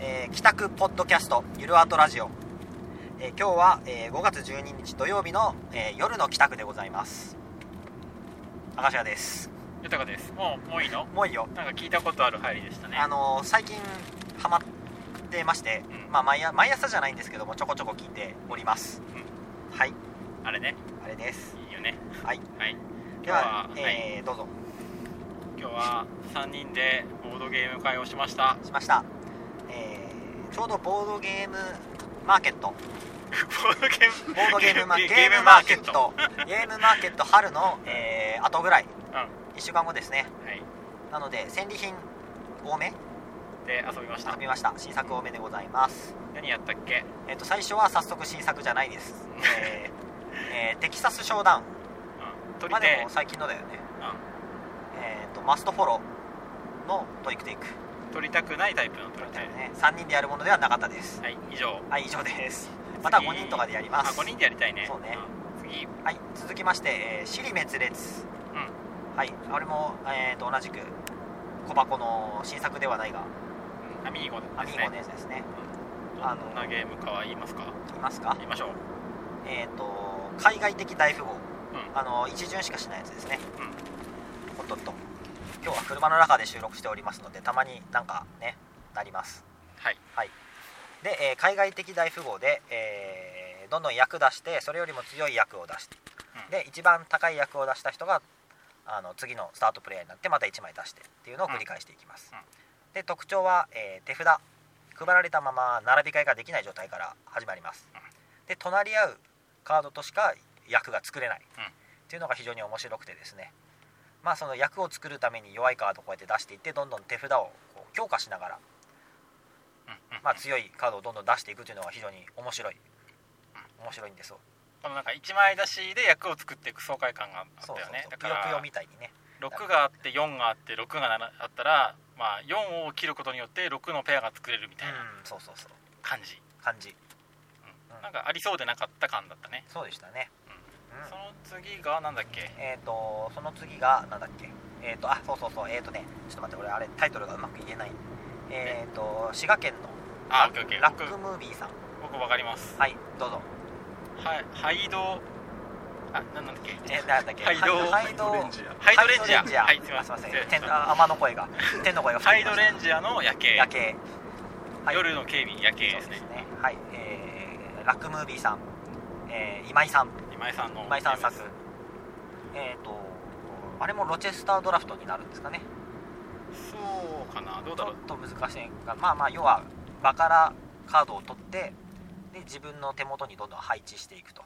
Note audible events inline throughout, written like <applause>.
えー帰宅ポッドキャストゆるアートラジオ、えー今日は、えー5月12日土曜日の、えー夜の帰宅でございます明石家です豊かですもうもういいのもういいよなんか聞いたことある入りでしたねあのー最近ハマってまして、うんまあ毎朝毎朝じゃないんですけどもちょこちょこ聞いております、はいあれねあれですいいよねはいはい今日ではは、はいえーどうぞ今日は3人でボードゲーム会をしましたしました、えーちょうどボードゲームマーケットボードゲー <laughs> ムボードゲームマゲゲーームムママーーケケッットトゲームマーケット春の、えー、後ぐらい、1週間後ですねなので戦利品多めうんで遊びました遊びました新作多めでございます何やったっけえっと最初は早速新作じゃないです、えーえーテキサスショーダウンうん鳥まあででも最近のだよね、うえっとマストフォローのトリックテイクん取りたくないタイプのみ鳥たでいなね3人でやるものではなかったですはい以上はい以上ですまた次5人とかでやりあます5人でやりたいねそうねうん次はい続きまして「えー、尻滅裂」はいあれも、えー、と同じく小箱の新作ではないがうんアミーゴでアミすーゴねのやつですねあのどんなゲームかは言いますかいますか言いましょうえっ、と海外的大富豪、んあの一巡しかしないやつですねうんおっとっと今日は車の中で収録しておりますのでたまになんかねなりますはいで、えー海外的大富豪で、えーどんどん役出してそれよりも強い役を出して、うんで一番高い役を出した人があの次のスタートプレイヤーになってまた1枚出してっていうのを繰り返していきます、うんうんで特徴は、えー手札配られたまま並び替えができない状態から始まります、うんで隣り合うカードとしか役が作れない、うんっていうのが非常に面白くてですねまあその役を作るために弱いカードをこうやって出していってどんどん手札をこう強化しながらうんうんまあ、強いカードをどんどん出していくというのが非常に面白い面白いんですよこのなんか1枚出しで役を作っていく爽快感があったそうそうよねそうだぷかよぷよらみたいにね6があって4があって6がならあったら、まあ、4を切ることによって6のペアが作れるみうたいなんそうそうそう感じ、感じうんうんなんかありそうでなかった感だったね、そうでしたね、そうんの次がなんだっけえっ、とその次がなんだっけえっ、とあそうそうそうえっ、とねちょっと待って俺あれタイトルがうまく言えないえっ、と滋賀県のあオッケーオッケーラッ僕クムービーさん僕分かりますはいどうぞはハイドあなんなんだっけ <laughs> えー、なんだっけハイドハイドハイドレンジャーハイドレンジャーはいすいませんあすい失ま礼せん天あ天の声 <laughs> が天の声がハイドレジンジャーの夜景夜景はい夜の警備夜景そうでですすねねはい、えー、ラックムービーさん、えー今井さん今井さんの今井さん作ゲームえっ、とあれもロチェスタードラフトになるんですかねですそうかなどうちだょろっうと難しいがまあまあ要は場からカードを取ってで自分の手元にどんどん配置していくと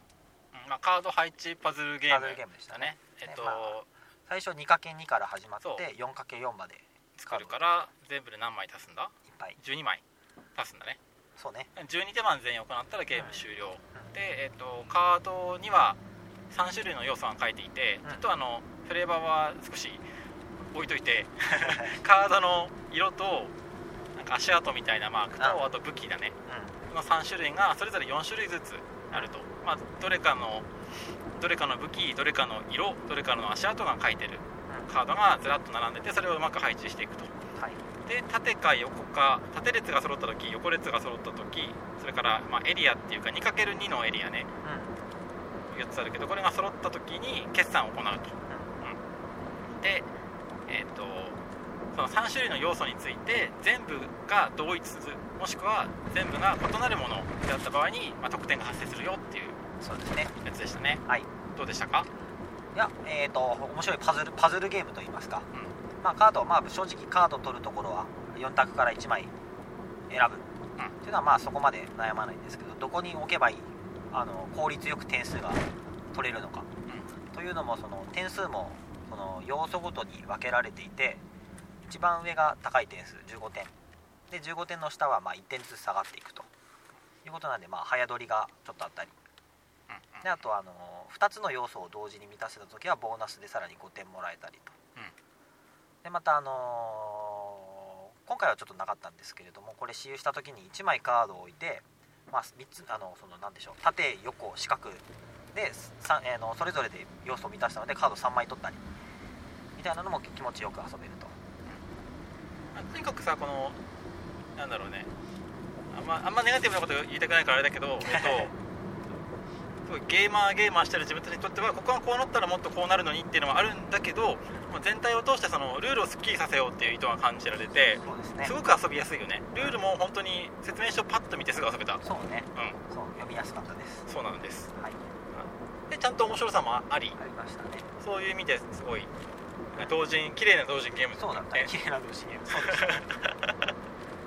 うんまあ、カード配置パズルゲーパムズルゲームでしただねねえっと、ねまあ最初 2×2 から始まっそうて 4×4 までいっ作るから全部で何枚足すんだぱい12枚足すんだねそうね12手番全員行ったらゲーム終了、うんで、えっとカードには3種類の要素が書いていて、うんちょっとあのフレーバーは少し置いと <laughs> いてカードの色となんか足跡みたいなマークとああと武器だねうこの3種類がそれぞれ4種類ずつあると、まあ、どれかのどれかの武器どれかの色どれかの足跡が書いてんるカードがずらっと並んでてそれをうまく配置していくとうんはいで縦か横か縦列が揃った時横列が揃った時それから、まあ、エリアっていうか 2×2 のエリアねう4つあるけどこれが揃った時に決算を行うと、うんでえっ、とその3種類の要素について全部が同一もしくは全部が異なるものであった場合に、まあ、得点が発生するよっていうんそうですねやつでしたねはいどうでしたかいやえー、と面白いパズルパズルゲームといいますか、うまあ、カードは、まあ、正直カード取るところは4択から1枚選ぶ、うんっていうのはまあそこまで悩まないんですけどどこに置けばいいあの効率よく点数が取れるのか、というのもその点数もその要素ごとに分けられていて一番上が高い点数15点で15点の下はまあ1点ずつ下がっていくということなんで、まあ、早取りがちょっとあったりうんであとあの2つの要素を同時に満たせた時はボーナスでさらに5点もらえたりと、うんでまたあのー今回はちょっとなかったんですけれどもこれ私有した時に1枚カードを置いて、まあ、3つあのそのなんでしょう縦横四角で、さえーのそれぞれで要素を満たしたのでカード3枚取ったりみたいなのも気持ちよく遊べるとまあとにかくさこのなんだろうねあん,、まあんまネガティブなこと言いたくないからあれだけ <laughs> ど、えっとそうゲーマーゲーマーしてる自分たちにとってはここがこうなったらもっとこうなるのにっていうのはあるんだけどまあ全体を通してそのルールをすっきりさせようっていう意図が感じられてそうですねすごく遊びやすいよねルールも本当に説明書をパッと見てすぐ遊べたうんそうねそう読みやすかったですそうなんですはいでちゃんと面白さもありありましたねそういう意味ですごい同人綺麗な同人ゲームそうだったね <laughs> ね綺麗な同士にそうでしたね <laughs>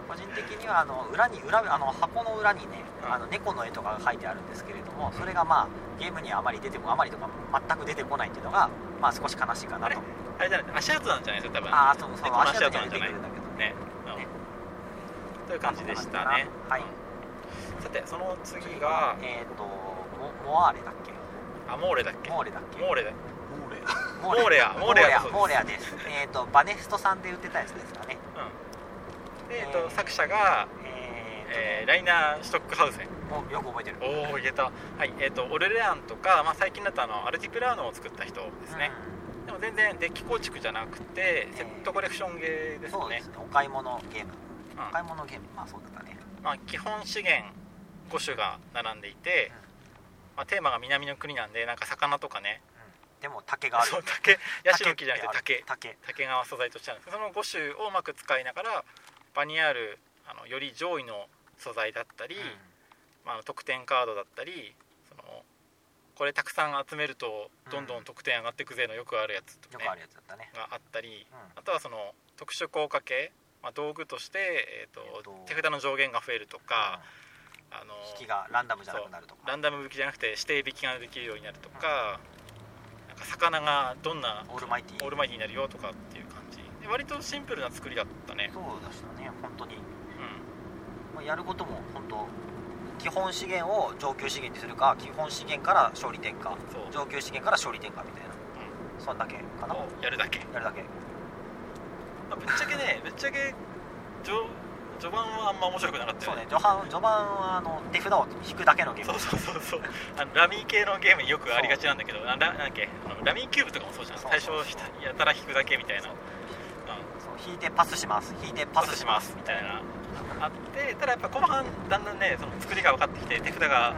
個人的にはあの裏に裏あの箱の裏にね、うんあの猫の絵とかが書いてあるんですけれどもそれがまあゲームにはあまり出てこあまりとか全く出てこないっていうのがまあ少し悲しいかなとあれだね足跡なんじゃないですか多分ああそうそう猫の足足跡跡ながん出じてくゃないるんだけどねね、ねうん、という感じでしたねはいさてその次がえっ、とモモアーレだっけあモーレだっけモモーレだっけーレだモーレモーレアモモーーレレアアだモそうーレアですえっ、とバネストさんで売ってたやつですかねですで、えっと作者が、ええーライナー・シュトックハウゼーンとねおよく覚えてるおお言えたはいえっ、とオルレアンとか、まあ、最近だとあのアルティプラーノを作った人ですね、でも全然デッキ構築じゃなくてセットコレクションゲーうんですそうでねすねお買い物ゲームうんお買い物ゲームまあそうだったねまあ、基本資源5種が並んでいて、まあ、テーマが南の国なんでなんか魚とかねうんでも竹があるそう竹ヤシの木じゃなくて竹竹竹が素材としてあるんですけどその5種をうまく使いながら場にあるあのより上位の素材だったり、うんまああの、得点カードだったりそのこれたくさん集めるとどんどん得点上がってくぜのよくあるやつとよか、ねくあるやつだったねがあったりうんあとはその特殊効果系、まあ、道具として、えーとえっと手札の上限が増えるとか、あのうん引きがランダムじゃなくなるとラかンダム引きじゃなくて指定引きができるようになるとか,、なんか魚がどんなオールマイティオールマイティになるよとかっていう感じで割とシンプルな作りだったね、そうでしたね本当にうまあやることも本当基本資源を上級資源にするか基本資源から勝利点かん、そう上級資源から勝利点かみたいな、そんだけかなをやるだけ、やるだけまあ、ぶっちゃけねぶっちゃけ序序盤はあんま面白くなかったそようね序盤序盤はあの手札を引くだけのゲームそうそうそうそうあのラミー系のゲームによくありがちなんだけどなななんだっけあのラミーキューブとかもそうじゃんそう最そう初そうひたやたら引くだけみたいな、うん、そう引いてパスします引いてパスしますみたいなあってただやっぱ後半だんだんねその作りが分かってきて手札が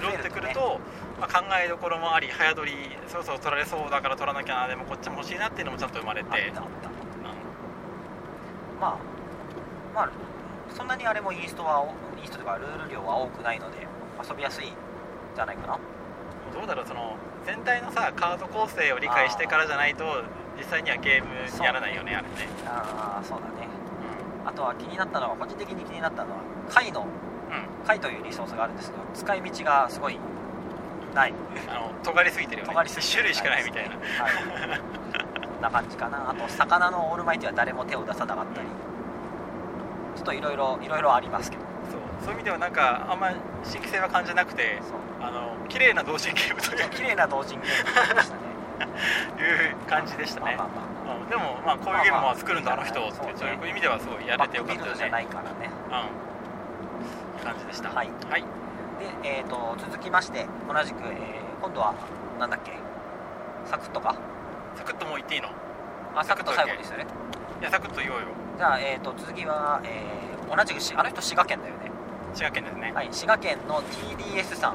潤ってくると、まあ、考えどころもあり早取りそろそろ取られそうだから取らなきゃなでもこっちも欲しいなっていうのもちゃんと生まれうてんあったあったまあまあそんなにあれもインストはインストとかルール量は多くないので遊びやすいんじゃないかなうんどうだろうその全体のさカード構成を理解してからじゃないと実際にはゲームやらないよねあれね、ああそうだねあとは気になったのは個人的に気になったのは貝のう貝というリソースがあるんですけど使い道がすごいないん、あの尖りすぎてるよね尖りすぎて1種類しかないみたいはな、い、こんな感じかなあと魚のオールマイティは誰も手を出さなかったりちょっといろいろいろいろありますけどそうそういう意味ではなんかあんま新規性は感じなくてそうあの綺麗な同心ゲームという綺麗な同人ゲームでしたねいう <laughs> 感じでしたねまあまあまうんでもまあこういうゲームも作るんだあの人ってそうねそういう意味ではすごいやあれてよかったバックビルよドじゃねないからねうんいい感じでしたはいはいで、えー、と続きまして同じく、えー今度はなんだっけサクッとかサクッともう言っていいのいあサクッと最後サクッとだけにするやサクッと言おうよじゃあ、えー、と続きは、えー同じくしあの人滋賀県だよね滋賀県ですねはい滋賀県の TDS さん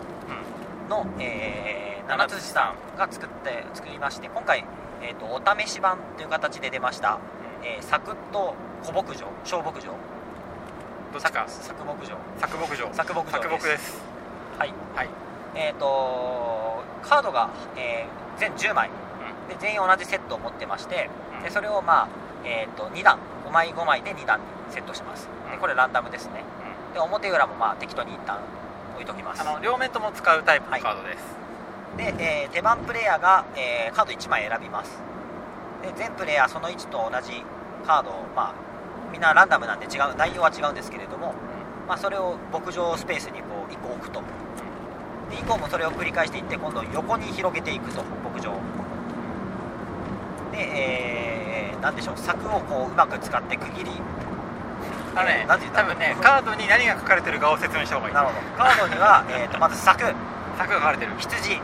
の、えー、七辻さんが作って作りまして今回、えー、とお試し版という形で出ました、うんえーサクッと小牧場小牧場どっちかサク牧場作牧場サク牧場作で牧すですはい、はいえっ、とカードが、えー全10枚、で全員同じセットを持ってましてうんでそれをまあ、えー、と2段5枚5枚で2段にセットしますうでんこれランダムですねうで表裏もまあ適当に一旦置いときまんすあの両面とも使うタイプのカードですで、えー手番プレイヤーが、えーカード1枚選びますで全プレイヤーその1と同じカードをまあみんなランダムなんで違う内容は違うんですけれども、まあ、それを牧場スペースにこう1個置くとで以降もそれを繰り返していって今度横に広げていくと牧場をで、えー、なんでしょう柵をこううまく使って区切りあのねなんて言った多分ねカードに何が書かれてるかを説明した方がいいなるほどカードに <laughs> は、えー、とまず柵柵が書かれてる羊羊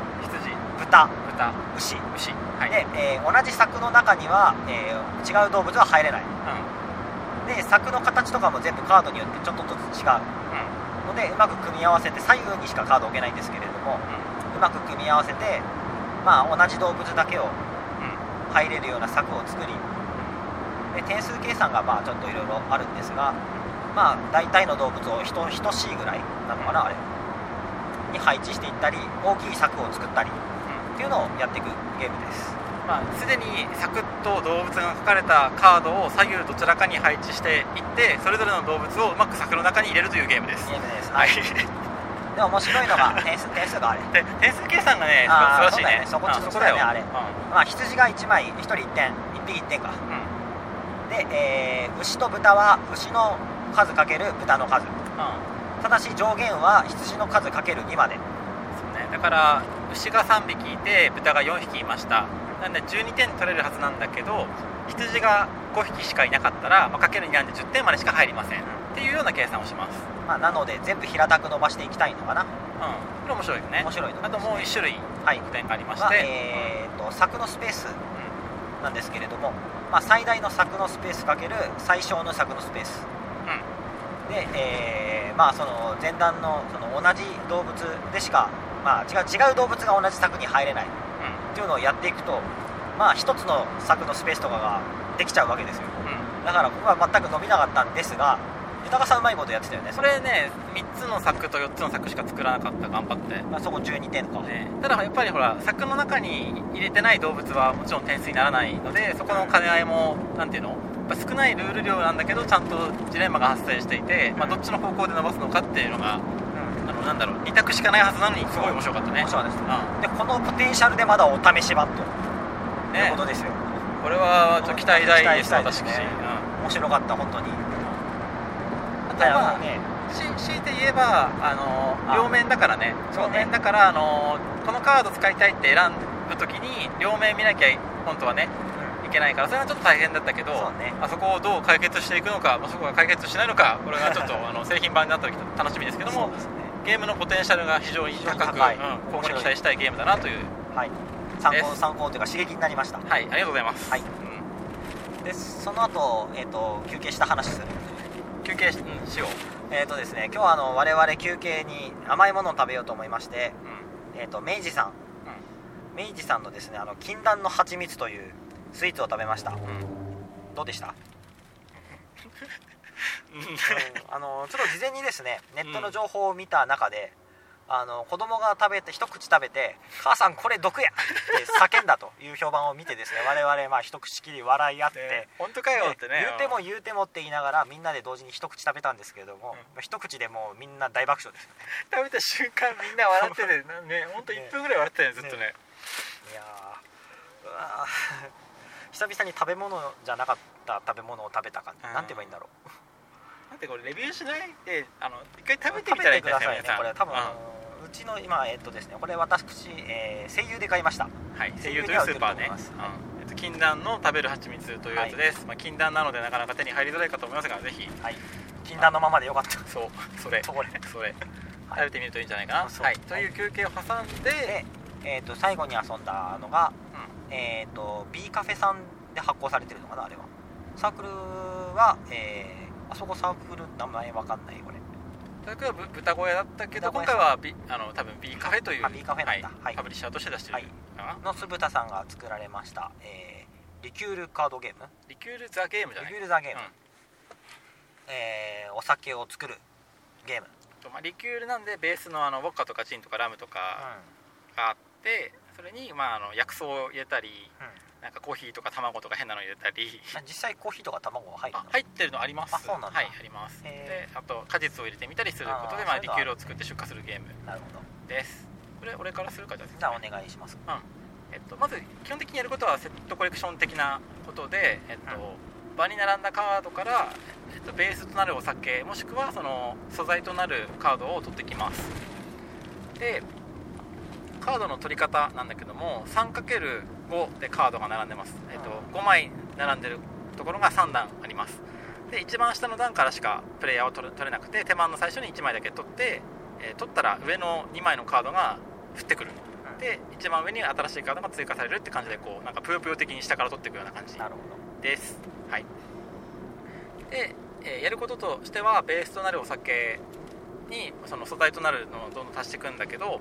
豚豚牛牛はいで、えー同じ柵の中には、えー違う動物は入れないうんで、で柵の形とかも全部カードによってちょっとずつ違うのでうまく組み合わせて左右にしかカードを置けないんですけれどもうまく組み合わせて、まあ、同じ動物だけを入れるような柵を作りで点数計算がまあちょっといろいろあるんですが、まあ、大体の動物をひと等しいぐらいなのかなあれに配置していったり大きい柵を作ったりっていうのをやっていくゲームですまあ、すでにサクッと動物が書かれたカードを左右どちらかに配置していってそれぞれの動物をうまく柵の中に入れるというゲームですゲームです、はいで面白いのが <laughs> 点数点数があれで点数計算がねあー素晴らしいねそうだよねそこそあこだよねそあれまあ、羊が1枚1人1点1匹1点かうんうで、んえー牛と豚は牛の数かける豚の数うただし上限は羊の数かける2までんそうねだから牛が3匹いて豚が4匹いましたなんで12点取れるはずなんだけど羊が5匹しかいなかったら、まあ、かける2なんで10点までしか入りませんっていうような計算をしますまあ、なので全部平たく伸ばしていきたいのかなうんこれ面白いよね面白いのあともう1種類はい得点がありまして、は、えー、と柵のスペースなんですけれども、まあ、最大の柵のスペースかける最小の柵のスペース、で、えーまあ、その前段のその同じ動物でしか、まあ、違う違う動物が同じ柵に入れないっていうのをやっていくと、まあ、一つの柵のスペースとかができちゃうわけですようんうんうんだからここは全く伸びなかったんですが豊さんうまいことやってたよねそれね3つの柵と4つの柵しか作らなかった頑張って、まあ、そこ12点か、ね、ただやっぱりほら柵の中に入れてない動物はもちろん点数にならないのでそこの兼ね合いもなんていうのやっぱ少ないルール量なんだけどちゃんとジレンマが発生していて、まあ、どっちの方向で伸ばすのかっていうのがあのなんだろう2択しかないはずなのにすごい面白かったね面白いですうでこのポテンシャルでまだお試し版とんいうねことですよ、これはちょっと期待大です期待し私たいうんですね面白かった本当にあとだはよねし強いて言えばあのあ両面だからねそう両ね面だからあのこのカード使いたいって選ぶ時に両面見なきゃ本当はねいけないからそれはちょっと大変だったけどそうねあそこをどう解決していくのか、まあ、そこが解決しないのかこれがちょっ <laughs> とあの製品版になった時楽しみですけどそうもですねゲームのポテンシャルが非常に非常に高く高いうん今後に面白い期待したいゲームだなというはい参で考す参考というか刺激になりましたはいありがとうございます、はいうんでその後、えー、と休憩した話する休憩し,、うん、しよう、えっ、とですね今日はあの我々休憩に甘いものを食べようと思いまして、うんえー、と明治さん明治さんのですねあの禁断の蜂蜜というスイーツを食べましたうんどうでしたうんあのちょっと事前にですねネットの情報を見た中で、あの子供が食べて一口食べて「母さんこれ毒や!」って叫んだという評判を見てですね <laughs> 我々まあ一口きり笑い合って、で <laughs> 本当かよってねで言うても言うてもって言いながらみんなで同時に一口食べたんですけれども、一口でもうみんな大爆笑です食べた瞬間みんな笑ってて <laughs> なね本当一分ぐらい笑ってたよねずっとねいやーうわー <laughs> 久々に食べ物じゃなかった食べ物を食べた感じ、うんなんて言えばいいんだろうだってこれレビューしないであの一回食べてみたらいいん食べてくだじゃなさいいねこれ多分、ううちの今えっとですねこれ私、えー、声優で買いましたんはい声優というスーパー手に入れてると思いねますうんえっと禁断の食べる蜂蜜というやつです、まあ、禁断なのでなかなか手に入りづらいかと思いますがぜひはい禁断のままでよかった <laughs> そうそれそこでそはれい食べてみるといいんじゃないかな、あそうはい、という休憩を挟んで、で、えー、と最後に遊んだのが、えー、と B カフェさんで発行されてるのかなあれはサークルは、えーあそこサークル名前わかんないこれうん、とにかく豚小屋だったけど豚小今屋さん回は、B、あの多分 B カフェというあ B カフェなんだはいパブリッシャーとして出してるかな、の酢豚さんが作られました、えーリキュールカードゲームリキュール・ザ・ゲームじゃリないキュールザゲーム、うんえーお酒を作るゲーム、とまあ、リキュールなんでベースのあのウォッカとかチンとかラムとかがあって、それに、まあ、あの薬草を入れたりうんなんかコーヒーとか卵とか変なの入れたりあ実際コーヒーとか卵が入るあの入ってるのありますあそうなんだはいありますへであと果実を入れてみたりすることであーまあ、そういうリのはキュールを作って出荷するゲームなるほどですこれ俺からするかじゃじゃあお願いしますえっと、まず基本的にやることはセットコレクション的なことで、えっと場に並んだカードから、えっと、ベースとなるお酒もしくはその素材となるカードを取ってきますでカードの取り方なんだけども 3×5 でカードが並んでます、えっと、5枚並んでるところが3段ありますで一番下の段からしかプレイヤーを取れ取れなくて手番の最初に1枚だけ取って、えー取ったら上の2枚のカードが降ってくるうんで一番上に新しいカードが追加されるって感じでこうなんかぷよぷよ的に下から取っていくような感じなるほどですはいで、えーやることとしてはベースとなるお酒にその素材となるのをどんどん足していくんだけど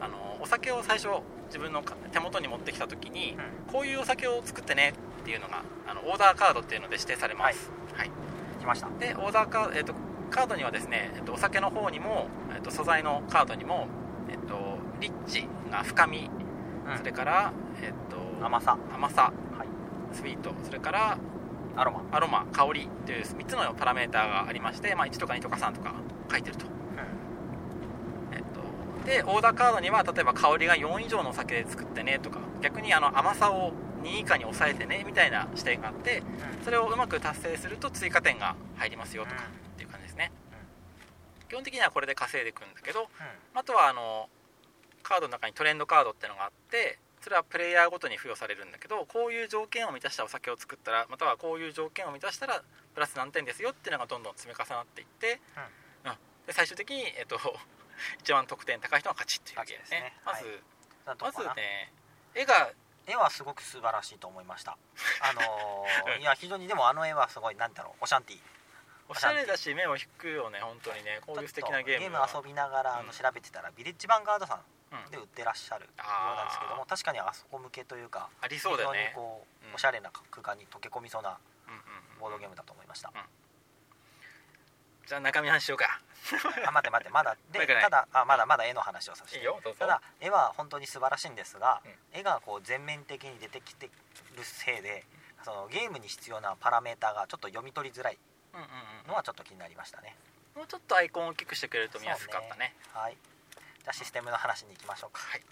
あのお酒を最初自分のか手元に持ってきた時にこういうお酒を作ってねっていうのがあのオーダーカードっていうので指定されます、はい来ましたでオーダーカード、えっとカードにはですね、えっとお酒の方にも、えっと素材のカードにも、えっとリッチが深み、うんそれから、えっと甘さ甘さ、はいスイートそれからアロマアロマ香りという3つのパラメーターがありまして、まあ、1とか2とか3とか書いてると,、えっとでオーダーカードには例えば香りが4以上のお酒で作ってねとか逆にあの甘さを2以下に抑えてねみたいな指定があってそれをうまく達成すると追加点が入りますよとかっていう感じですね、基本的にはこれで稼いでいくんだけどあとはあのカードの中にトレンドカードってのがあってそれはプレイヤーごとに付与されるんだけどこういう条件を満たしたお酒を作ったらまたはこういう条件を満たしたらプラス何点ですよっていうのがどんどん積み重なっていって、うんで最終的に、えっと、 <laughs> 一番得点高い人が勝ちっていうわけですね勝ちですねまず、ままずずね絵が絵はすごく素晴らしいと思いましたあのう <laughs> ーいや非常にでもあの絵はすごいなんだろうオシャンティおしゃれだし目を引くよね本当にねこういう素敵なゲームはちょっとゲーム遊びながらあうんの調べてたら、ビレッジヴァンガードさうんんで売ってらっしゃるようなんですけども、あ確かにあそこ向けというかありそうだよね非常にこう、うんおしゃれな空間に溶け込みそうなうんうんボードゲームだと思いました、じゃあ中身話しようかあ待って待ってまだもうで一個ねただあまだまだ絵の話をさせていいよどうぞただ絵は本当に素晴らしいんですが、う絵がこう全面的に出てきてるせいでそのゲームに必要なパラメータがちょっと読み取りづらいうんうんうんのはちょっと気になりましたねもうちょっとアイコンを大きくしてくれると見やすかったねはいじゃあシステムの話に行きましょうかはい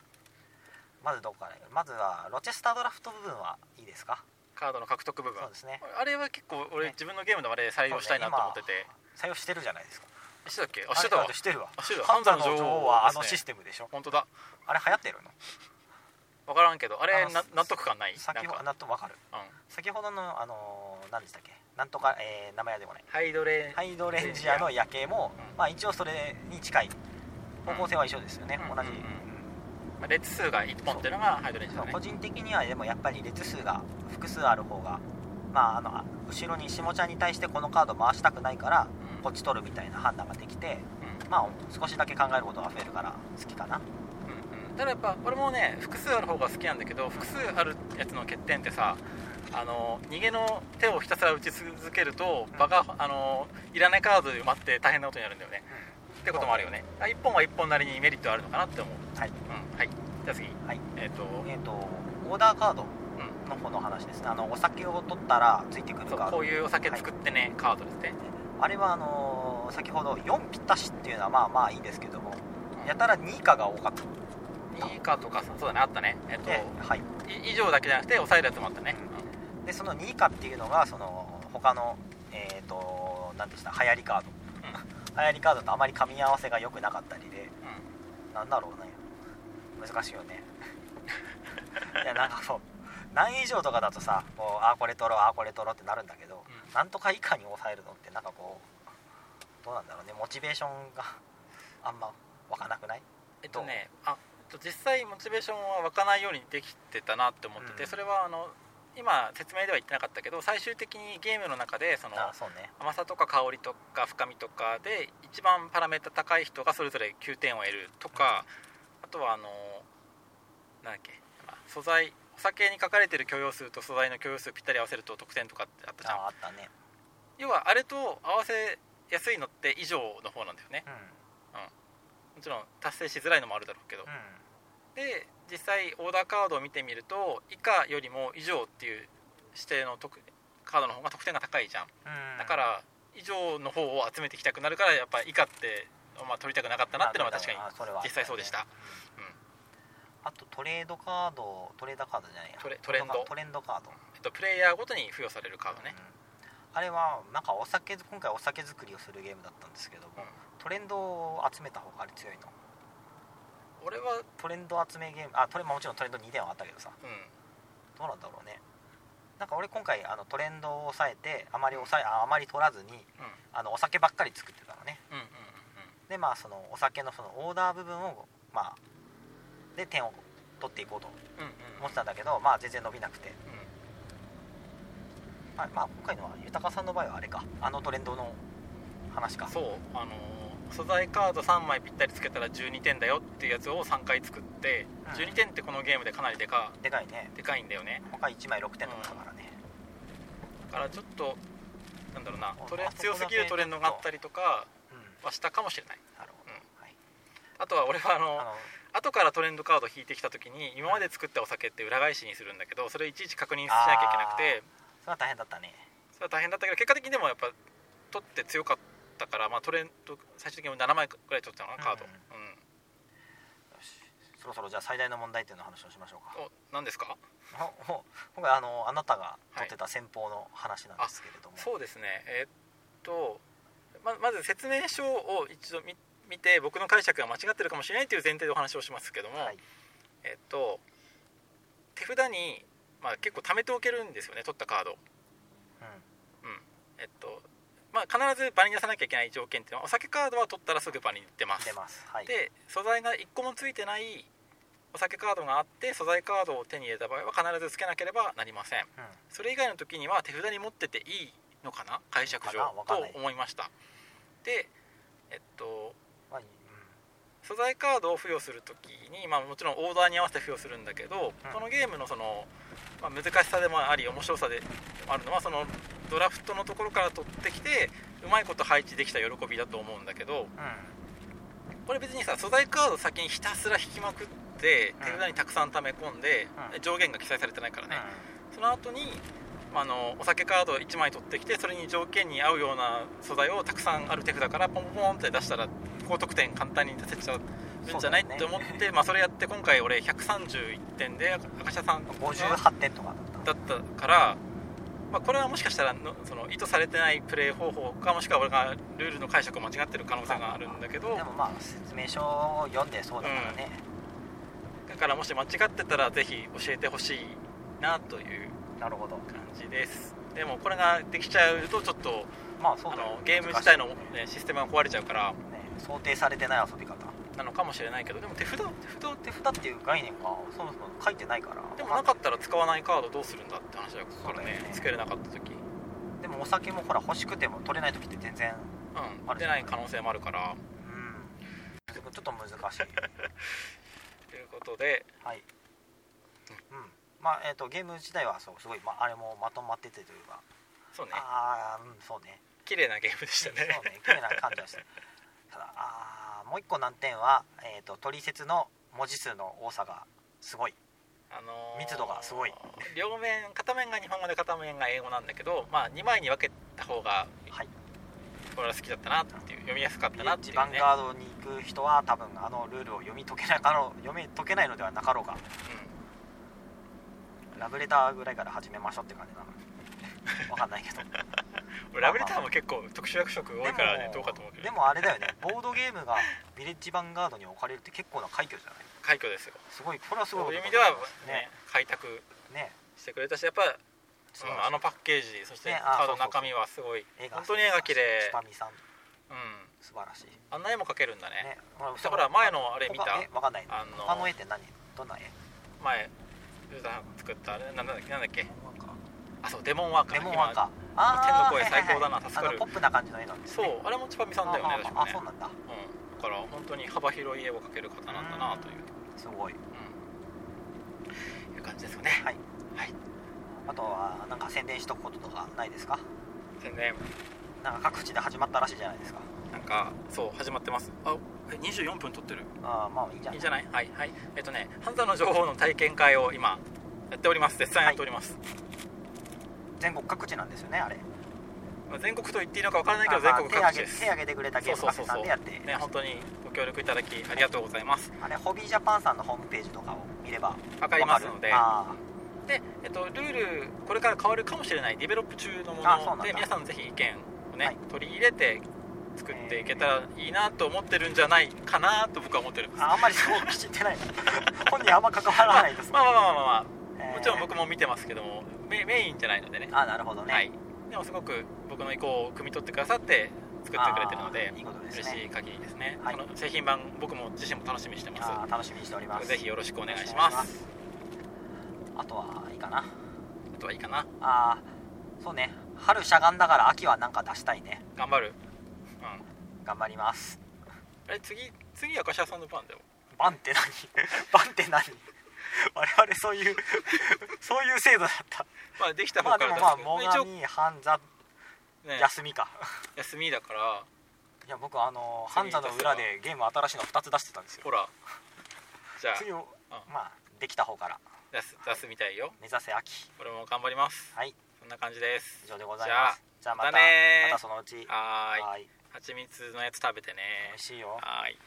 まずどこからまずはロチェスタードラフト部分はいいですかカードの獲得部分そうですねあれは結構俺ね自分のゲームのあれ採用したいなと思ってて、採用してるじゃないですかしてたっけあしてたわあれしてるわあしてたハンザの女王はあハンザの女王のですねシステムでしょ本当だあれ流行ってるの分からんけどあれあのな納得感ないなん先ほかど、納得わかるうん、先ほどのあのー何でしたっけなんとか、えー名前はでもないハイドレハイドレンジアの夜景も、うんまあ一応それに近い方向性は一緒ですよね、うん同じ、うんうんまあ、列数が1本っていうのがハイドレンジだね個人的にはでもやっぱり列数が複数ある方がまああのあ後ろに下ちゃんに対してこのカード回したくないからうんこっち取るみたいな判断ができてうまあ少しだけ考えることが増えるから好きかなんうんうんただやっぱ俺もね複数ある方が好きなんだけど複数あるやつの欠点ってさあの逃げの手をひたすら打ち続けると場があのいらないカードで埋まって大変なことになるんだよねってこともあるよね1本は1本なりにメリットあるのかなって思うはいうんはいじゃあ次はいえっ、とえっ、とオーダーカードうの方の話ですねあのお酒を取ったらついてくるそうカーこドういうお酒作ってね、カードですねあれはあのー先ほど4ぴったしっていうのはまあまあいいですけどもうんやたら2以下が多かったのいいかとかさそうだねあったねえっ、で、はい、とい以上だけじゃなくて抑えるやつもあったね、でその2以下っていうのがその他のえっ、と何でした流行りカード、流行りカードと <laughs> あまり噛み合わせが良くなかったりでうんなんだろうね難しいよね <laughs> いやなんかこう何以上とかだとさこうあーこれ取ろうあーこれ取ろうってなるんだけど、うんなんとか以下に抑えるのってなんかこうどうなんだろうねモチベーションがあんま湧かなくないえっとねあえっと実際モチベーションは湧かないようにできてたなって思ってて、うんそれはあの今説明では言ってなかったけど最終的にゲームの中でそのあーそうね甘さとか香りとか深みとかで一番パラメータ高い人がそれぞれ9点を得るとか、あとはあのなんだっけ素材お酒に書かれてる許容数と素材の許容数ぴったり合わせると得点とかってあったじゃんあーあったね要はあれと合わせやすいのって以上の方なんだよねうんもちろん達成しづらいのもあるだろうけど、うで実際オーダーカードを見てみると以下よりも以上っていう指定の得カードの方が得点が高いじゃんんうんだから以上の方を集めてきたくなるからやっぱ以下って、まあ、取りたくなかったなってのは確かにあそれは実際そうでした、うんうんあとトレードカードトレーダーカードじゃないやトレトレンドトレンドカードえっと、プレイヤーごとに付与されるカードねう、んあれはなんかお酒今回お酒作りをするゲームだったんですけども、うんトレンドを集めた方があれ強いの俺は、トレンド集めゲームあトレまあもちろんトレンド2点はあったけどさうどうなんだろうねなんか俺今回あのトレンドを抑えてあまり抑えああまり取らずにん、あのお酒ばっかり作ってたのねうんうんうんうんでまあそのお酒のそのオーダー部分をまあで点を取っていこうとうんうんうんうん思ってたんだけどまあ全然伸びなくてうんあまあ、今回のは豊さんの場合はあれかあのトレンドの話かそうあのー素材カード3枚ぴったりつけたら12点だよっていうやつを3回作ってうん12点ってこのゲームでかなりでかでかいねでかいんだよね他1枚6点とかだからね、だからちょっとなんだろうなあトレあそこだけ強すぎるトレンドがあったりとかうんはしたかもしれないなるほど、はい、あとは俺はあのあの後からトレンドカード引いてきた時に今まで作ったお酒って裏返しにするんだけどそれをいちいち確認しなきゃいけなくてそれは大変だったねそれは大変だったけど結果的にでもやっぱ取って強かったから、まあ、トレンド最終的に7枚くらい取ったのかなカード、う、よしそろそろじゃあ最大の問題点の話をしましょうんお何ですかかおお今回あのあなたが取ってた戦法の話なんですけれども、そうですねえーっとままず説明書を一度見見て僕の解釈が間違ってるかもしれないという前提でお話をしますけども、はいえーっと手札に、まあ、結構貯めておけるんですよね取ったカードえっとまあ、必ず場に出さなきゃいけない条件っていうのはお酒カードは取ったらすぐ場に出まうん、す出ますはいで素材が1個もついてないお酒カードがあって素材カードを手に入れた場合は必ずつけなければなりませんうん、それ以外の時には手札に持ってていいのかな解釈上かなわかんないと思いましたでえっとまあいい素材カードを付与するときに、まあ、もちろんオーダーに合わせて付与するんだけど、うんこのゲームのその、まあ、難しさでもあり面白さでもあるのはそのドラフトのところから取ってきてうまいこと配置できた喜びだと思うんだけどうん、うんこれ別にさ素材カード先にひたすら引きまくってうん手札にたくさん溜め込んで、うん上限が記載されてないからね、その後にまああのお酒カードを1枚取ってきてそれに条件に合うような素材をたくさんある手札からポンポンって出したら高得点簡単に出せちゃうんじゃない、そうだよねって思って、まあ、それやって今回俺131点で赤社さうんん、58点とかだっただったから、まあ、これはもしかしたらのその意図されてないプレイ方法かもしくは俺がルールの解釈を間違ってる可能性があるんだけどでもまあ説明書を読んでそうだからね、だからもし間違ってたらぜひ教えてほしいなというなるほど感じですでもこれができちゃうとちょっとまあそうあだよのゲーム自体の、難しいねね、システムが壊れちゃうから想定されてない遊び方なのかもしれないけどでも手札手札手札っていう概念がそもそも書いてないからでもなかったら使わないカードどうするんだって話がここからそうだねよねつけれなかった時でもお酒もほら欲しくても取れない時って全然あうんる出ない可能性もあるかうんらちょっと難 <laughs> しいということではいうんまあえっ、とゲーム自体はそうすごい、まあ、あれもまとまっててというか、そうねああうんそうね綺麗なゲームでしそたうねね綺麗な感じ <laughs> はしたただあーもう一個難点は、えー、と取説の文字数の多さがすごい、あのー密度がすごい両面片面が日本語で片面が英語なんだけどまあ2枚に分けた方がはい、俺は好きだったなっていう読みやすかっヴィたレなっッていジうヴァンね、ガードに行く人は多分あのルールを読み解けなかろう読み解けないのではなかろうかラブレターぐらいから始めましょうって感じなの <laughs> わかんないけどうん、ラブレターも結構特殊役職多いからねでどうもかと思うけどでもあれだよねボードゲームがヴィレッジヴァンガードに置かれるって結構な快挙じゃない快挙ですよすごいこれはすそごういいう意こ味とでだとは思ねいますね開拓ねしてくれたしやっぱ、うそうそうんあのパッケージそしてねあカードの中身はすごい、絵が本当に絵が綺麗スパミさんうん、素晴らしいあんな絵も描けるんだねねほらだから前のあれ見た他えわかんないあ他のの絵って何どんな絵前ルーザーが作ったあれなんだなんだっけデあそうデモンワーカーモンワン今かあー天の声最高だなはいはいはい助かるあのポップな感じの絵なんですそねうあれもちばみさんだよねあ確ああかあそうね、なんだうん、だから本当に幅広い絵を描ける方なんだなという、すごいうん、いう感じですかねはいはいあとはなんか宣伝しとくこととかないですか全然なんか各地で始まったらしいじゃないですかなんかそう始まってますあえ24分撮ってるああまあいいじゃんいいじゃないはいはいえっとねハンザの情報の体験会を今やっております絶賛やっております、全国各地なんですよねあれまあ全国と言っていいのかわからないけどあ全まあ国各地です手挙げ手挙げてくれたゲームカフェさんでやってね本当にご協力いただきありがとうございますあれホビージャパンさんのホームページとかを見ればわかわかるりますのであで、えっと、ルールこれから変わるかもしれないディベロップ中のもあそうなんのだで皆さんぜひ意見をね、はい取り入れて作っていけたらいいなと思ってるんじゃないかなと僕は思ってるんでーすああんまりそう知ってない <laughs> 本人あんま関わらない <laughs> ですまあまあまあまあまあ、えーもちろん僕も見てますけどもメメインじゃないのでねあなるほどね、はい、でもすごく僕の意向を汲み取ってくださって作ってくれてるのであーいいことですね嬉しい限りですね、はいこの製品版僕も自身も楽しみにしてまあー楽しみにしておりますすぜひよろしくお願いしますあとはいいかなあとはいいかなあーそうね春しゃがんだから秋はなんか出したいね頑張るうん頑張りますえ次次明石家さんの番だよバンって何 <laughs> バンって何 <laughs> 我々そういう <laughs> そういう制度だったまあできたま方あかでもら出ますあ最けど、まあ、一応、上半座ね、休みか休みだからいや僕あの半座の裏でゲーム新しいの2つ出してたんですよほらじゃあ次をまあできた方から出す出すみたいよ目指せ秋俺も頑張りますはいそんな感じです以上でございますじゃあまたまたねーまたそのうちはーいはーい蜂蜜のやつ食べてね美味しいよはーい